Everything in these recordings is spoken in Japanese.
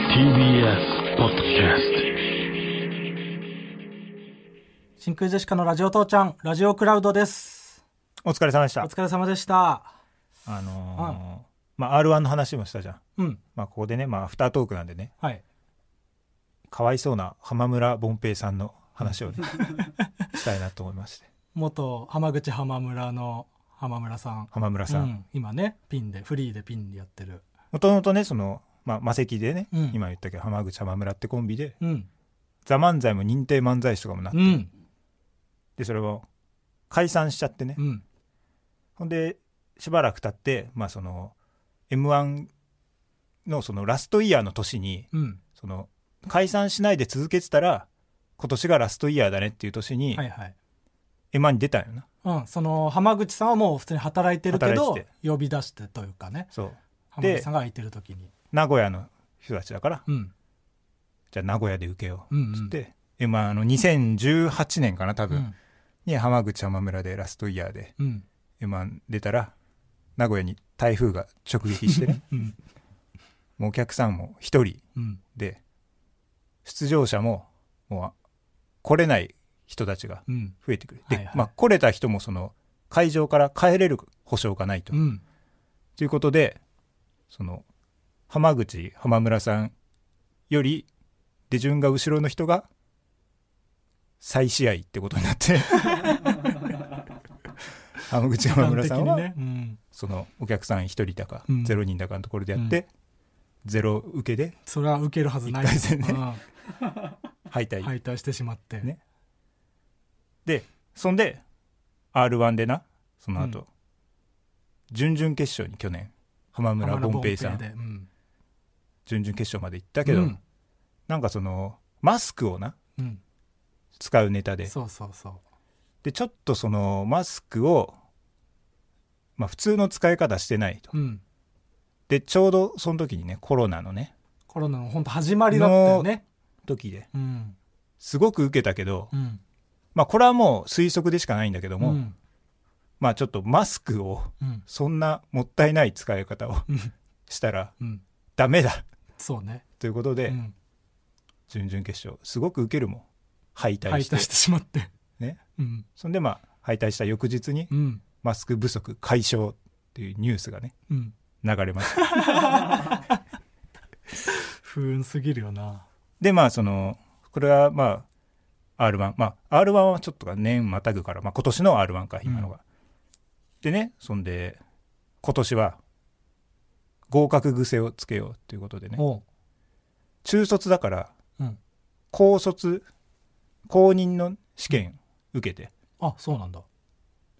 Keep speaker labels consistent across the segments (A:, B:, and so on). A: TBS ポッドキャス
B: 真空ジェシカのラジオ父ちゃんラジオクラウドです
C: お疲れ様でし
B: お
C: た。
B: 疲れ様でした
C: あのーまあ、R1 の話もしたじゃん。
B: うん
C: まあ、ここでね、まあ、アフタートークなんでね、
B: はい
C: かわいそうな浜村凡平さんの話 をね、したいなと思いまして。
B: 元浜口浜村の浜村さん
C: 浜村
B: う
C: さん。
B: ん、今ねピンでフリーでピンでやってる
C: もともとね、その、まあ、魔石でね、
B: うん
C: 今言ったけど、浜口浜村ってコンビで、
B: うん
C: ザ・漫才も認定漫才師とかもなっ
B: う
C: て、
B: ん
C: で、それを解散しちゃってね。
B: うん
C: ほんで、しばらく経って、まあ、その、M1 のそのラストイヤーの年に、
B: うん
C: その解散しないで続けてたら今年がラストイヤーだねっていう年に
B: はいはい
C: エマに出たんよな、
B: うん、その浜口さんはもう普通に働いてるけど
C: 働いて
B: 呼び出してというかね
C: そう
B: 浜口さんが空いてる時に
C: 名古屋の人たちだから
B: うん
C: じゃあ名古屋で受けよ
B: う
C: うん
B: うん
C: っつって、エマあの2018年かな多
B: う
C: 分、
B: ん
C: に浜口浜村でラストイヤーで
B: うん
C: エマ出たら名古屋に台風が直撃して ね
B: うん
C: もうお客さんも一人
B: うん
C: で出場者ももう来れない人たちが
B: うん
C: 増えてくる、
B: はい
C: で
B: は、い
C: まあ、来れた人もその会場から帰れる保証がないと、
B: うん
C: ということで、その、浜口、浜村さんより、出順が後ろの人が、再試合ってことに なって、浜口、浜村さ
B: 時間的
C: んは、
B: にね、うん、
C: その、お客さん1人だか、
B: うん
C: 0人だかのところでやって、ゼロ受けで
B: それは受けるはずない
C: 一回戦ね
B: うん
C: 敗退。
B: 敗退してしまって、
C: ねで、そんで、R1 でな、その後、
B: うん
C: 準々決勝に去年、浜村
B: 浜田
C: 凡平さ
B: 凡
C: ん
B: で、うん
C: 準々決勝まで行ったけど、
B: うん
C: なんかその、マスクをな、
B: うん
C: 使うネタで
B: そうそうそう
C: でちょっとそのマスクを、まあ、普通の使い方してないと、
B: うん、
C: でちょうどその時にねコロナのね
B: コロナの本当始まりだったよね。
C: 時で
B: うん、
C: すごく受けたけど、
B: うん、
C: まあこれはもう推測でしかないんだけども、
B: うん、
C: まあちょっとマスクを
B: うん、
C: そんなもったいない使い方を
B: うん
C: したら
B: うん、
C: ダメだ
B: そうね。
C: ということで、
B: うん、
C: 準々決勝すごく受けるも敗
B: 敗
C: 退して
B: 退してしまって、
C: ね、
B: うん、
C: そんでまあ敗退した翌日に
B: うん、
C: マスク不足解消っていうニュースがね
B: うん、
C: 流れました
B: 不運すぎるよな。
C: でまあそのこれはまあ R1 まあ R1 はちょっとが年またぐから、まあ、今年の R1 か今のが、でねそんで今年は合格癖をつけようということでね
B: おう、
C: 中卒だから
B: うん、
C: 高卒公認の試験受けて
B: あ、そうなんだ。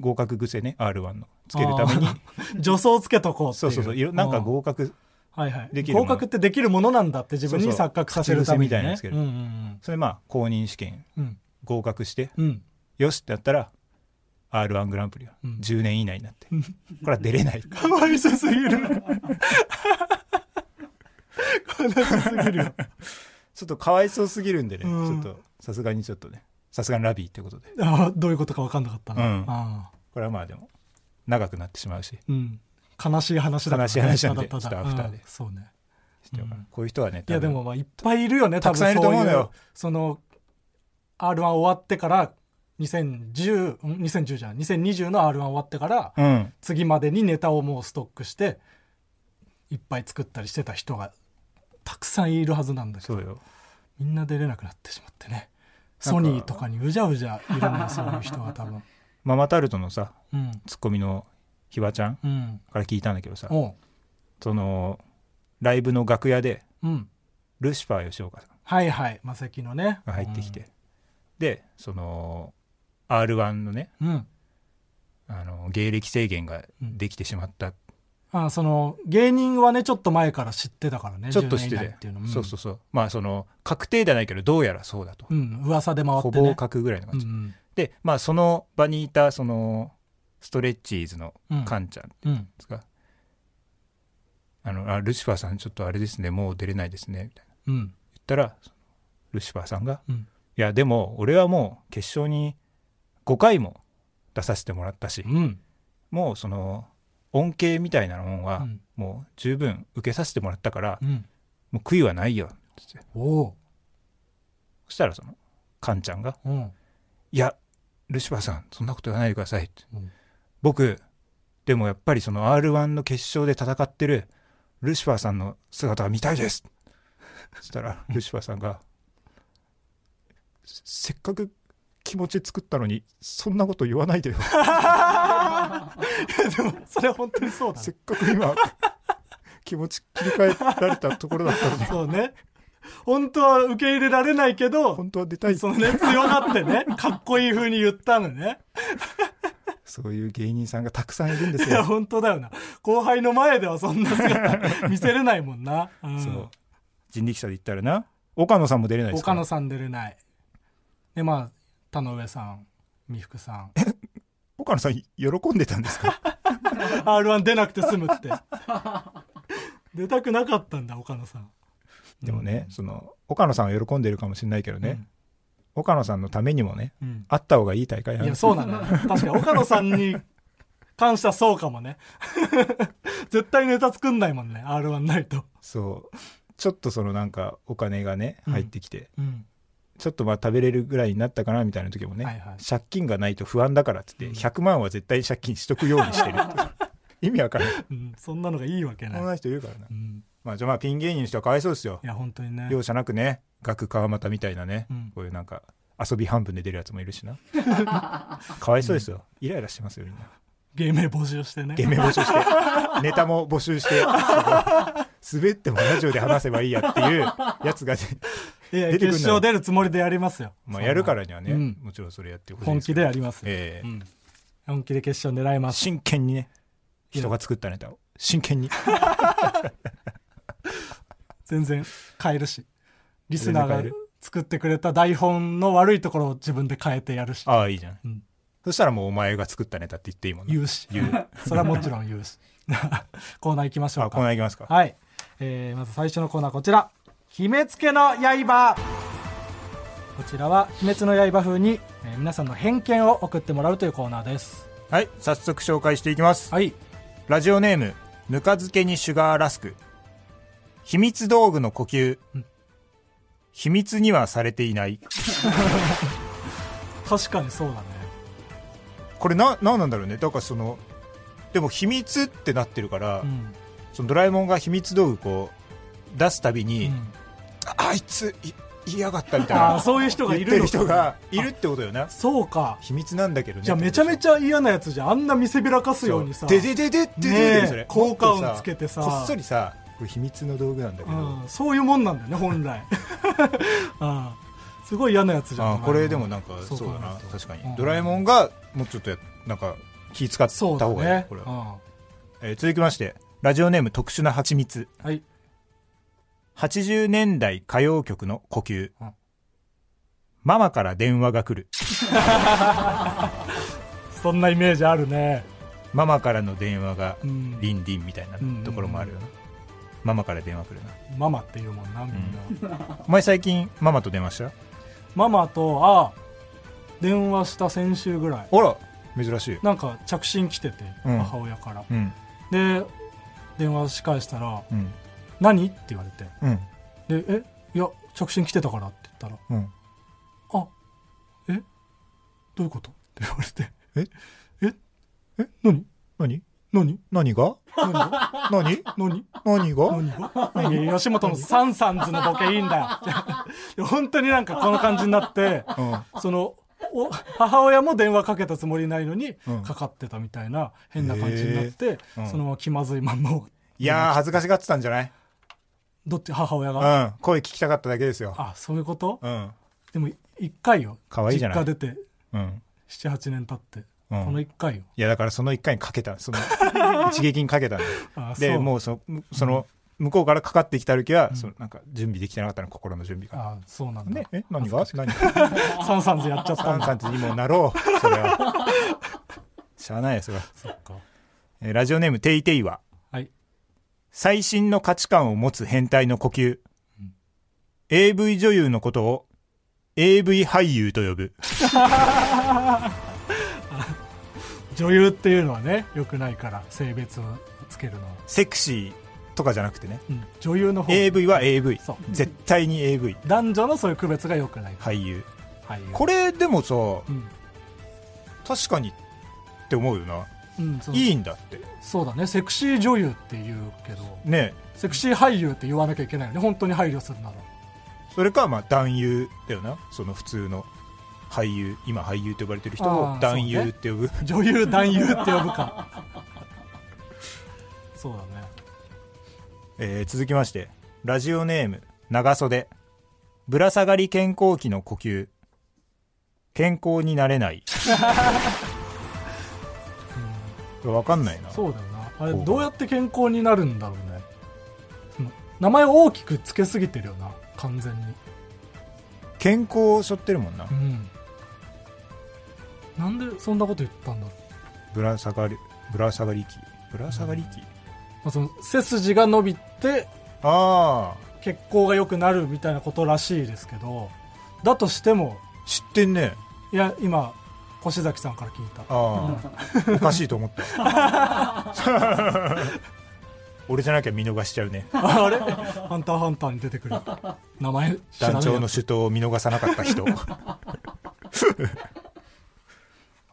C: 合格癖ね R1 のつけるために
B: あー 助走をつけとこうっていう。
C: そうそうそういろなんか合格
B: はいはい。
C: できる
B: 合
C: もの
B: 格ってできるものなんだって自分に
C: そうそう
B: 錯覚させるために、ね、
C: 口癖みたいな
B: うん
C: の
B: うん
C: それまあ公認試験
B: うん、うん、
C: 合格して
B: うん、
C: よしってやったら R1 グランプリは
B: うん
C: 10年以内に なって、これは出れない
B: かわいそうすぎる。悲しすぎるよ。
C: ちょっとかわいそうすぎるんでね、
B: うん
C: ちょっとさすがにちょっとねさすがにラビーってことで
B: あーどういうことか分かんなかったな。
C: うん
B: あ
C: これはまあでも長くなってしまうし
B: ーうん悲しい話だから、
C: 悲しい話なんで
B: ただただ
C: ちょっとアフターで
B: うんそうね。
C: してようかな
B: うん
C: こういう人はね
B: い
C: 多
B: や
C: 分
B: でもまあいっぱいいるよね、
C: たくさんいると思うのよ
B: 多分そういう。その R1 終わってから2010、ん2010じゃん、2020の R1 終わってから、
C: うん
B: 次までにネタをもうストックして、いっぱい作ったりしてた人がたくさんいるはずなんだけど
C: そ、うよ
B: みんな出れなくなってしまってね。ソニーとかにうじゃうじゃいるのよ、そういう人は多分。
C: ママタルトのさ
B: うん。
C: ツッコミのひばちゃん
B: うん。
C: から聞いたんだけどさ
B: おう。
C: そのライブの楽屋で
B: うん。
C: ルシファー吉岡さん
B: はいはい、マセキのね。
C: が入ってきて、でその R1 のね
B: うん。うん。
C: あの芸歴制限ができてしまった、
B: あその、芸人はね、ちょっと前から知ってたからね。
C: ちょっとして
B: 10年以
C: て
B: 内っていうの
C: そうそうそうまあその確定ではないけどどうやらそうだと、
B: うん。うん、噂で回っ
C: ほ
B: て
C: ぼ
B: ね。
C: 確ぐらいの感
B: う
C: じ
B: ん、うん。
C: でまあその場にいたそのストレッチーズの
B: うん
C: カンちゃんで
B: うん。
C: すか、あのあルシファーさんちょっとあれですねもう出れないですねみたいな
B: うん。
C: 言ったらそのルシファーさんが
B: うん。
C: 「いやでも俺はもう決勝に5回も出させてもらったし
B: うん。
C: もうその恩恵みたいなもん
B: う
C: は
B: ん
C: もう十分受けさせてもらったから
B: うん。
C: もう悔いはないよ」つって
B: お
C: そしたらそのカンちゃんが
B: おうん
C: 「いやルシファーさんそんなこと言わないでください」って
B: うん
C: 僕でもやっぱりその r 1の決勝で戦ってるルシファーさんの姿が見たいですそした らルシファーさんが「せっかく気持ち作ったのにそんなこと言わないでよ
B: でもそれは本当にそうだ
C: せっかく今気持ち切り替えられたところだったのに
B: そうね本当は受け入れられないけど
C: 本当は出たい
B: そのね強がってねかっこいい風に言ったのね
C: そういう芸人さんがたくさんいるんです
B: いや
C: よ。
B: 本当だよな後輩の前ではそんな姿見せれないもんな、 うん
C: そう人力車で行ったらな岡野さんも出れないですか
B: 岡
C: ら
B: 野さん出れないでまあ田上さん美福さん
C: 岡野さん喜んでたんですか
B: r 1出なくて済むって出たくなかったんだ岡野さん
C: でもね、その岡野さんは喜んでるかもしれないけどね、岡野さんのためにもね
B: うん、
C: あった方がいい大会なん
B: いや
C: です
B: そうなのよ確かに岡野さんに感謝そうかもね 絶対ネタ作んないもんね r 1ないと、
C: そうちょっとそのなんかお金がね
B: うん
C: 入ってきて、
B: うん、
C: ちょっとまあ食べれるぐらいになったかなみたいな時もね、
B: はいはい
C: 借金がないと不安だからっつって、
B: うん
C: 100万は絶対借金しとくようにしてる 意味わかんない
B: うんそんなのがいいわけ
C: こ
B: ない、
C: んな人いるからな、
B: うん、
C: まあじゃあまあピン芸人の人はかわいそうですよ
B: いや本当にね
C: 容赦なくね額川又みたいなね、
B: うん
C: こういうなんか遊び半分で出るやつもいる しなかわいそうですよ、イライラしてますよみんな
B: 芸名募集してね
C: 芸名募 集してネタも募集して滑ってもラジオで話せばいいやっていうやつがね、
B: いや
C: 出てくん
B: 決
C: な
B: 勝出るつもりでやりますよ
C: ま
B: そ
C: あ、
B: んな
C: やるからにはね、
B: うん
C: もちろんそれやってほしい
B: 本
C: すけ
B: 気
C: ど
B: でやりますよ、
C: ええ
B: うん本気で決勝狙います
C: 真剣にね人が作ったネタを真剣に
B: 全然変えるしリスナ
C: 全然
B: ー
C: 変
B: が
C: え
B: 作ってくれた台本の悪いところを自分で変えてやるし、
C: ああいいじゃん
B: うん、
C: そしたらもうお前が作ったネタって言っていいもんな
B: 言うし それはもちろん言うし コーナー行きましょ
C: あ
B: う
C: こ
B: か
C: の辺いきますか
B: はい、えーまず最初のコーナーこちら「秘めつけの刃」こちらは「秘滅の刃」風に、えー皆さんの偏見を送ってもらうというコーナーです
C: はい早速紹介していきます
B: はい
C: ラジオネームぬか漬けにシュガーラスク秘密道具の呼吸、秘密にはされていない
B: 確かにそうだね
C: これな何なんだろうねだからそのでも秘密ってなってるから、
B: うん、
C: そのドラえもんが秘密道具こう出すたびに、
B: うん
C: ああいつい言いやがったみたい
B: あ
C: な
B: あそういう人が
C: 言っ
B: い
C: て
B: る
C: る
B: の
C: 人がいるってことよな
B: そうか
C: 秘密なんだけどね
B: じゃあめちゃめ
C: ゃ
B: ちゃ嫌なやつじゃんあんな見せびらかすようにさ
C: ででででででで
B: ねえ
C: それ
B: 効果音
C: もっと
B: つけてさ
C: こっそりさこれ秘密の道具なんだけど、
B: うん、そういうもんなんだよね本来 うんすごい嫌なやつじゃ
C: あ
B: ん
C: ーこれでもなんか
B: そ
C: そうう
B: 考える
C: だ
B: と
C: な確かに、
B: うん
C: ドラえもんがもうちょっとやなんか気使った
B: そ
C: 方
B: うだ
C: がいい、
B: ね
C: これ
B: う
C: は、
B: ん
C: えー続きましてラジオネーム特殊な蜂蜜
B: はい
C: 80年代歌謡曲の呼吸、
B: うん
C: ママから電話が来る
B: そんなイメージあるね
C: ママからの電話が
B: うん
C: リンリンみたいなところもあるよな、ママから電話来るな
B: ママっていうもんなみんな、
C: お前最近ママと電話した
B: ママとあ電話した先週ぐらい
C: あら珍しい
B: なんか着信来てて、
C: うん
B: 母親から
C: うん
B: で電話し返したら
C: うん
B: 「何?」って言われて
C: うん
B: で「えいや着信来てたから」って言ったら
C: うん
B: あえどういうことって言われて
C: え
B: ええ何
C: 何
B: 何
C: 何が
B: 何が
C: 何
B: 何
C: 何が
B: 何が何 が吉本のサンサンズのボケいいんだよ 本当になんかこの感じになって
C: うん
B: そのお母親も電話かけたつもりないのに
C: うん
B: かかってたみたいな変な感じになって、
C: へーうん
B: そのまま気まずいまんま
C: いやー恥ずかしがってたんじゃない
B: どっち母親が、
C: うん声聞きたかっただけですよ
B: あそういうこと、
C: うん
B: でも一回よ
C: 可愛いじゃない
B: 実家出て
C: うん
B: 78年経って、
C: うん
B: この一回よ
C: いやだからその一回にかけた その一撃にかけたんだよ
B: あ
C: で
B: そう
C: もうそその向こうからかかってきた時は、そのなんか準備できてなかったの心の準備が。
B: あそうなんだ、
C: ね、え何が何が
B: サンサンズやっちゃった
C: サ
B: ん
C: ン
B: だ
C: サンズにもなろうそれはしゃあないですよ
B: そっか
C: えーラジオネームテイテイは
B: はい
C: 最新の価値観を持つ変態の呼吸、AV 女優のことを AV 俳優と呼ぶ
B: 女優っていうのはね良くないから性別をつけるのは
C: セクシーとかじゃなくてね
B: うん女優の方
C: AV は AV
B: そう
C: 絶対に AV
B: 男女のそういう区別が良くない、
C: 俳優
B: はい、
C: これでもさ
B: うん、
C: 確かにって思うよな
B: うん、その
C: いいんだって
B: そうだねセクシー女優って言うけど
C: ね
B: セクシー俳優って言わなきゃいけないよね本当に配慮するなら
C: それかまあ男優だよなその普通の俳優今俳優と呼ばれてる人
B: あー
C: を男
B: そう
C: 優
B: ね
C: って呼ぶ
B: 女優男優って呼ぶ かそうだね
C: えー続きましてラジオネーム長袖ぶら下がり健康期の呼吸健康になれない わかんないな
B: そうだよなあれどうやって健康になるんだろうねその名前を大きくつけすぎてるよな完全に
C: 健康を背負ってるもんな
B: うんなんでそんなこと言ったんだろう、
C: ぶら下がりぶら下がり期ぶら下がり期、
B: まあ、その背筋が伸びて
C: ああ
B: 血行が良くなるみたいなことらしいですけどだとしても
C: 知ってんね
B: いや今越崎さんから聞いた
C: ああおかしいと思った俺じゃなきゃ見逃しちゃう ね
B: ああれハンターハンターに出てくる名前知ら
C: 団
B: ない
C: 長の首都を見逃さなかった 人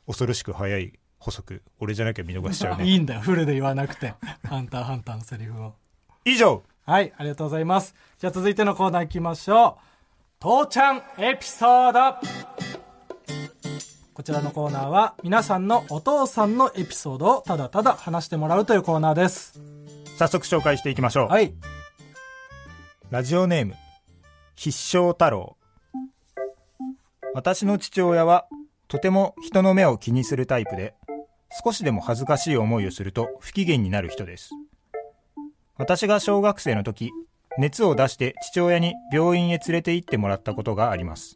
C: 恐ろしく早い補足俺じゃなきゃ見逃しちゃうね
B: いいんだよフルで言わなくて 「ハンターハンター」のセリフを
C: 以上
B: はいありがとうございますじゃあ続いてのコーナーいきましょう父ちゃんエピソードこちらのコーナーは皆さんのお父さんのエピソードをただただ話してもらうというコーナーです
C: 早速紹介していきましょう、
B: はい
C: ラジオネーム必勝太郎私の父親はとても人の目を気にするタイプで少しでも恥ずかしい思いをすると不機嫌になる人です私が小学生の時熱を出して父親に病院へ連れて行ってもらったことがあります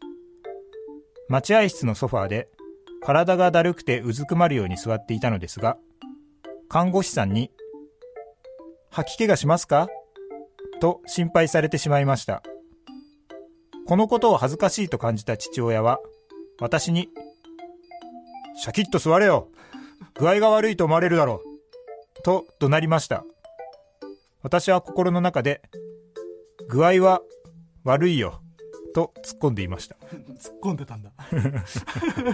C: 待合室のソファーで体がだるくてうずくまるように座っていたのですが看護師さんに「吐き気がしますか?」と心配されてしまいましたこのことを恥ずかしいと感じた父親は私に「シャキッと座れよ具合が悪いと思われるだろう」と怒鳴りました私は心の中で「具合は悪いよ」と突っ込んでいました
B: 突っ込んでたんだ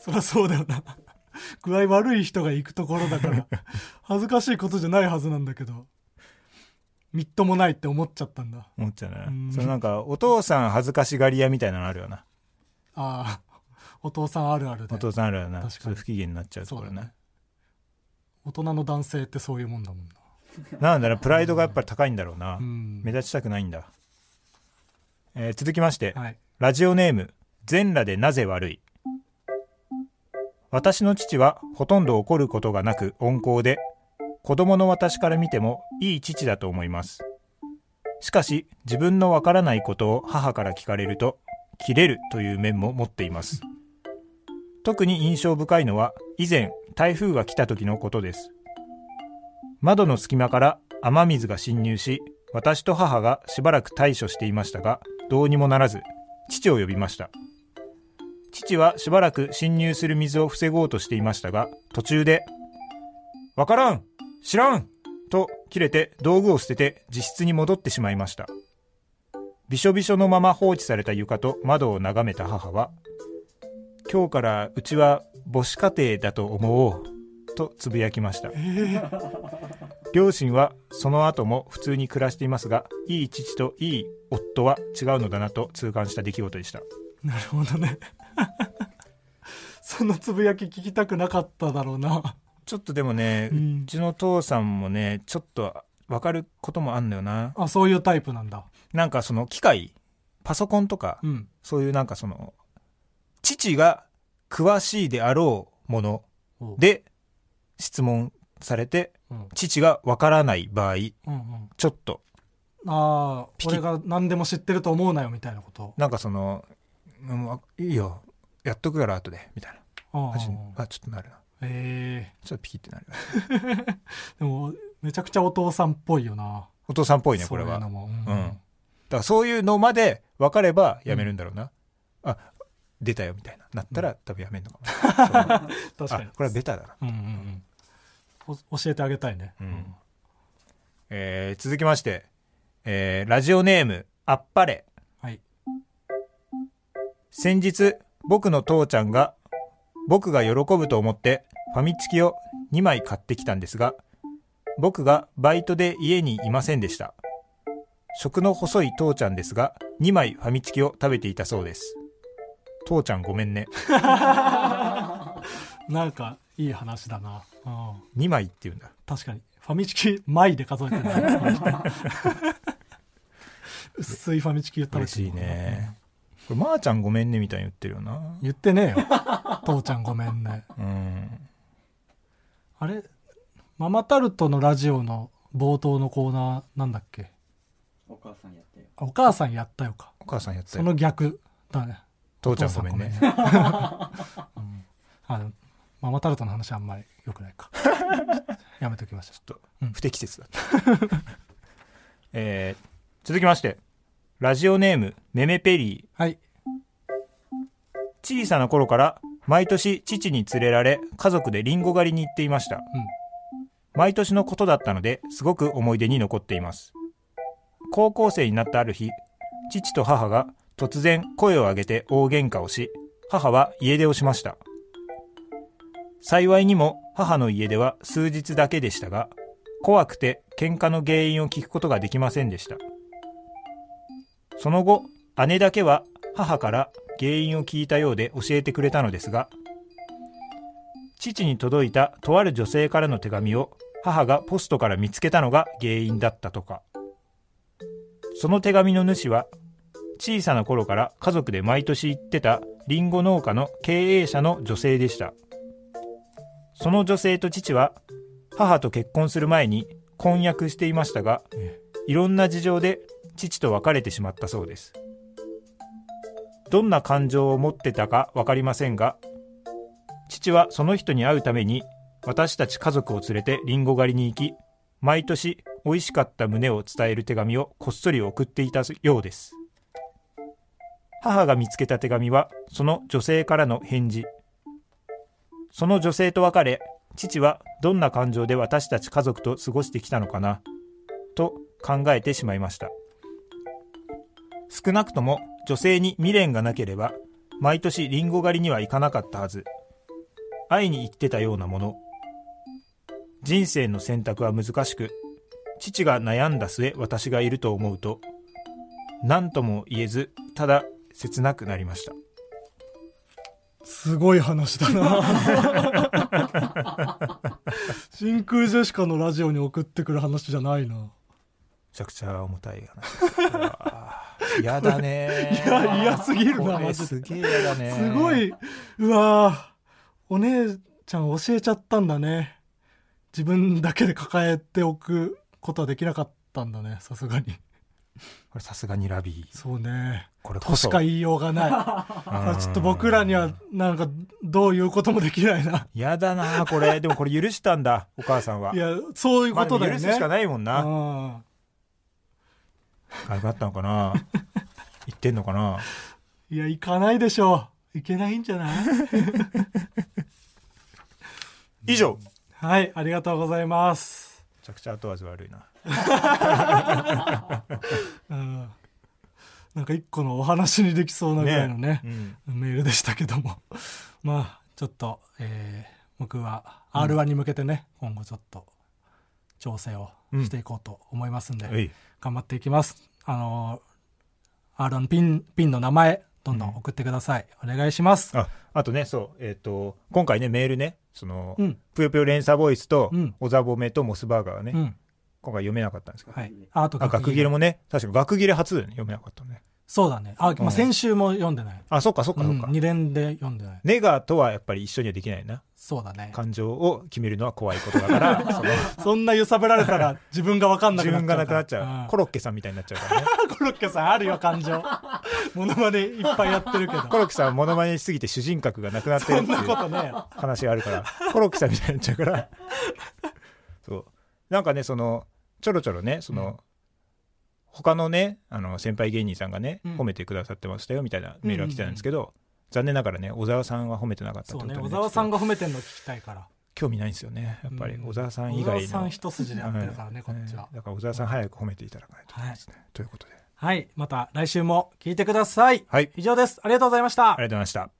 B: そりゃそうだよな具合悪い人が行くところだから恥ずかしいことじゃないはずなんだけどみっともないって思っちゃったんだ
C: 思っちゃうな
B: うん
C: そのなんかお父さん恥ずかしがり屋みたいなのあるよな
B: ああお父さんあるあるで
C: お父さんあるよな
B: 確かに
C: そういう不機嫌になっちゃうと
B: そ
C: こ
B: うだ
C: ろな、
B: ね大人の男性ってそういうもんだもんな
C: なんだろうプライドがやっぱり高いんだろうな、
B: うん
C: 目立ちたくないんだ、えー続きまして、
B: はい
C: ラジオネーム全裸でなぜ悪い私の父はほとんど怒ることがなく温厚で子供の私から見てもいい父だと思いますしかし自分のわからないことを母から聞かれると切れるという面も持っています特に印象深いのは以前台風が来た時のことです窓の隙間から雨水が侵入し私と母がしばらく対処していましたがどうにもならず父を呼びました父はしばらく侵入する水を防ごうとしていましたが途中で「わからん知らん!」と切れて道具を捨てて自室に戻ってしまいましたびしょびしょのまま放置された床と窓を眺めた母は「今日からうちは母子家庭だと思おう」とつぶやきました両親はその後も普通に暮らしていますがいい父といい夫は違うのだなと痛感した出来事でした
B: なるほどね そのつぶやき聞きたくなかっただろうな
C: ちょっとでもね、
B: う
C: うんちの父さんもねちょっと分かることもあんだよな
B: あそういうタイプなんだ
C: なんかその機械パソコンとか、
B: うん
C: そういうなんかその父が詳しいであろうもので質問されて
B: うん
C: 父が分からない場合
B: うんうん
C: ちょっと
B: ああ
C: ピキ
B: 俺が何でも知ってると思うなよみたいなこと
C: なんかその「うんあいいよやっとくから後で」みたいな
B: あ
C: 感じ
B: あ
C: あちょっとなるな
B: え
C: ちょっとピキってなる
B: えでもめちゃくちゃお父さんっぽいよな
C: お父さんっぽ
B: そ
C: いねこれ
B: ういう
C: は
B: のもうん
C: うんだからそういうのまで分かればやめるんだろうな、あ出たよみたいななったら多分やめるの かな、そう
B: 確かに
C: あこれはベタだ
B: う
C: な、
B: んうんうんお教えてあげたいね
C: うんえー続きまして、えーラジオネーム、あっぱれ。
B: はい。
C: 先日、僕の父ちゃんが、僕が喜ぶと思って、ファミチキを2枚買ってきたんですが、僕がバイトで家にいませんでした。食の細い父ちゃんですが、2枚ファミチキを食べていたそうです。父ちゃんごめんね。
B: なんか、いい話だな。うん。
C: 2枚って言うんだ。
B: 確かに。ファミチキ、枚で数えてる。 薄いファミチキ言ったら
C: 嬉しい。ね。これ、まー、ちゃんごめんねみたいに言ってるよな。
B: 言ってねえよ。父ちゃんごめんね。
C: うん。
B: あれママタルトのラジオの冒頭のコーナーなんだっけ
D: お母さんやってよ。
B: あお母さんやったよか。
C: お母さんやった
B: そ
C: よ。
B: の逆だね。
C: 父ちゃんごめんね。
B: お父 あのママタルトの話あんまり良くないか。 やめときましょ
C: ちょっ
B: うん
C: と不適切だった、 えー続きましてラジオネームメメペリー
B: う。はい。
C: 小さな頃から毎年父に連れられ家族でリンゴ狩りに行っていました、毎年のことだったのですごく思い出に残っています高校生になったある日父と母が突然声を上げて大喧嘩をし母は家出をしました幸いにも母の家出は数日だけでしたが怖くて喧嘩の原因を聞くことができませんでしたその後、姉だけは母から原因を聞いたようで教えてくれたのですが、父に届いたとある女性からの手紙を母がポストから見つけたのが原因だったとか。その手紙の主は、小さな頃から家族で毎年行ってたリンゴ農家の経営者の女性でした。その女性と父は、母と結婚する前に婚約していましたが、いろんな事情で父と別れてしまったそうですどんな感情を持ってたか分かりませんが父はその人に会うために私たち家族を連れてリンゴ狩りに行き毎年美味しかった旨を伝える手紙をこっそり送っていたようです母が見つけた手紙はその女性からの返事その女性と別れ父はどんな感情で私たち家族と過ごしてきたのかなと考えてしまいました少なくとも女性に未練がなければ毎年リンゴ狩りには行かなかったはず会いに行ってたようなもの人生の選択は難しく父が悩んだ末私がいると思うと何とも言えずただ切なくなりました
B: すごい話だな。 真空ジェシカのラジオに送ってくる話じゃないな。
C: めちゃくちゃ重たい 話うわー嫌だね
B: いや嫌すぎるな
C: これ
B: マジです
C: げえ嫌だね
B: すごいうわーお姉ちゃん教えちゃったんだね自分だけで抱えておくことはできなかったんだねさすがに
C: これさすがにラビー
B: そうね
C: これこと
B: し
C: そ
B: か言いようがないさあちょっと僕らにはなんかどういうこともできないな
C: やだなこれ。でもこれ許したんだ、お母さんは。
B: いやそういう
C: ま
B: こ
C: あ
B: とだ
C: でも
B: よ
C: 許
B: ね、
C: すしかないもんな。
B: あ
C: あかったのかな言ってんのかない
B: や行かないでしょう行けないんじゃない
C: 以上め
B: はいありがとうございます
C: ちゃくちゃ後味悪いな。
B: うんなんか一個のお話にできそうなぐらいのね
C: うん。
B: メールでしたけども まあちょっと、えー僕は r 1に向けてね、今後ちょっと調整をしていこうと思いますんで、
C: はい。
B: 頑張っていきますあの r 1ピンピンの名前どんどん送ってください、お願いします
C: あ、あとね、そう、えっ、と、今回ね、メールね、その、
B: うん
C: ぷよぷよ連鎖ボイスと
B: うん、
C: おざぼめとモスバーガーがね、
B: うん
C: 今回読めなかったんですけど。
B: はいああと
C: あ、
B: 学
C: 学
B: 芸
C: 切れもね、確か学切れ初だよね、読めなかったのね。
B: そうだねあ、ま
C: う
B: あ、
C: ん
B: 先週も読んでない、
C: あ、そっかそっか
B: う
C: そ
B: ん、
C: っか。
B: 2連で読んでない
C: ネガとはやっぱり一緒にはできないな。
B: そうだね
C: 感情を決めるのは怖いことだか ら、その、
B: そんな揺さぶられた ら自分が分かんな
C: 自
B: くなっちゃう
C: 分がなくなっち
B: から
C: ゃ
B: ん
C: う。コロッケさんみたいになっちゃう からね。
B: コロッケさんあるよ感情 モノマネいっぱいやってる けど
C: コロッケさんモノマネしすぎて主人格がなくなってる
B: そ
C: っ
B: ん
C: てい
B: なこ
C: う
B: とねえよ
C: 話があるからコロッケさんみたいになっちゃうからそうなんかねそのちょろちょろねその、他のねあの先輩芸人さんがね、
B: うん
C: 褒めてくださってましたよみたいなメールが来てたんですけど、残念ながらね小沢さんは褒めてなかったって
B: そ
C: こ
B: う
C: と
B: ね
C: でね
B: 小沢さんが褒めてんの聞きたいから
C: 興味ないんですよねやっぱり
B: うん
C: 小沢さん以
B: 小
C: 外の、
B: 沢さん一筋でやってるからね、こっちは
C: うん。だから小沢さん早く褒めていただかないといけないですね、ということで
B: はい、また来週も聞いてください。
C: はい
B: 以上です。ありがとうございました
C: あ。りがとうございました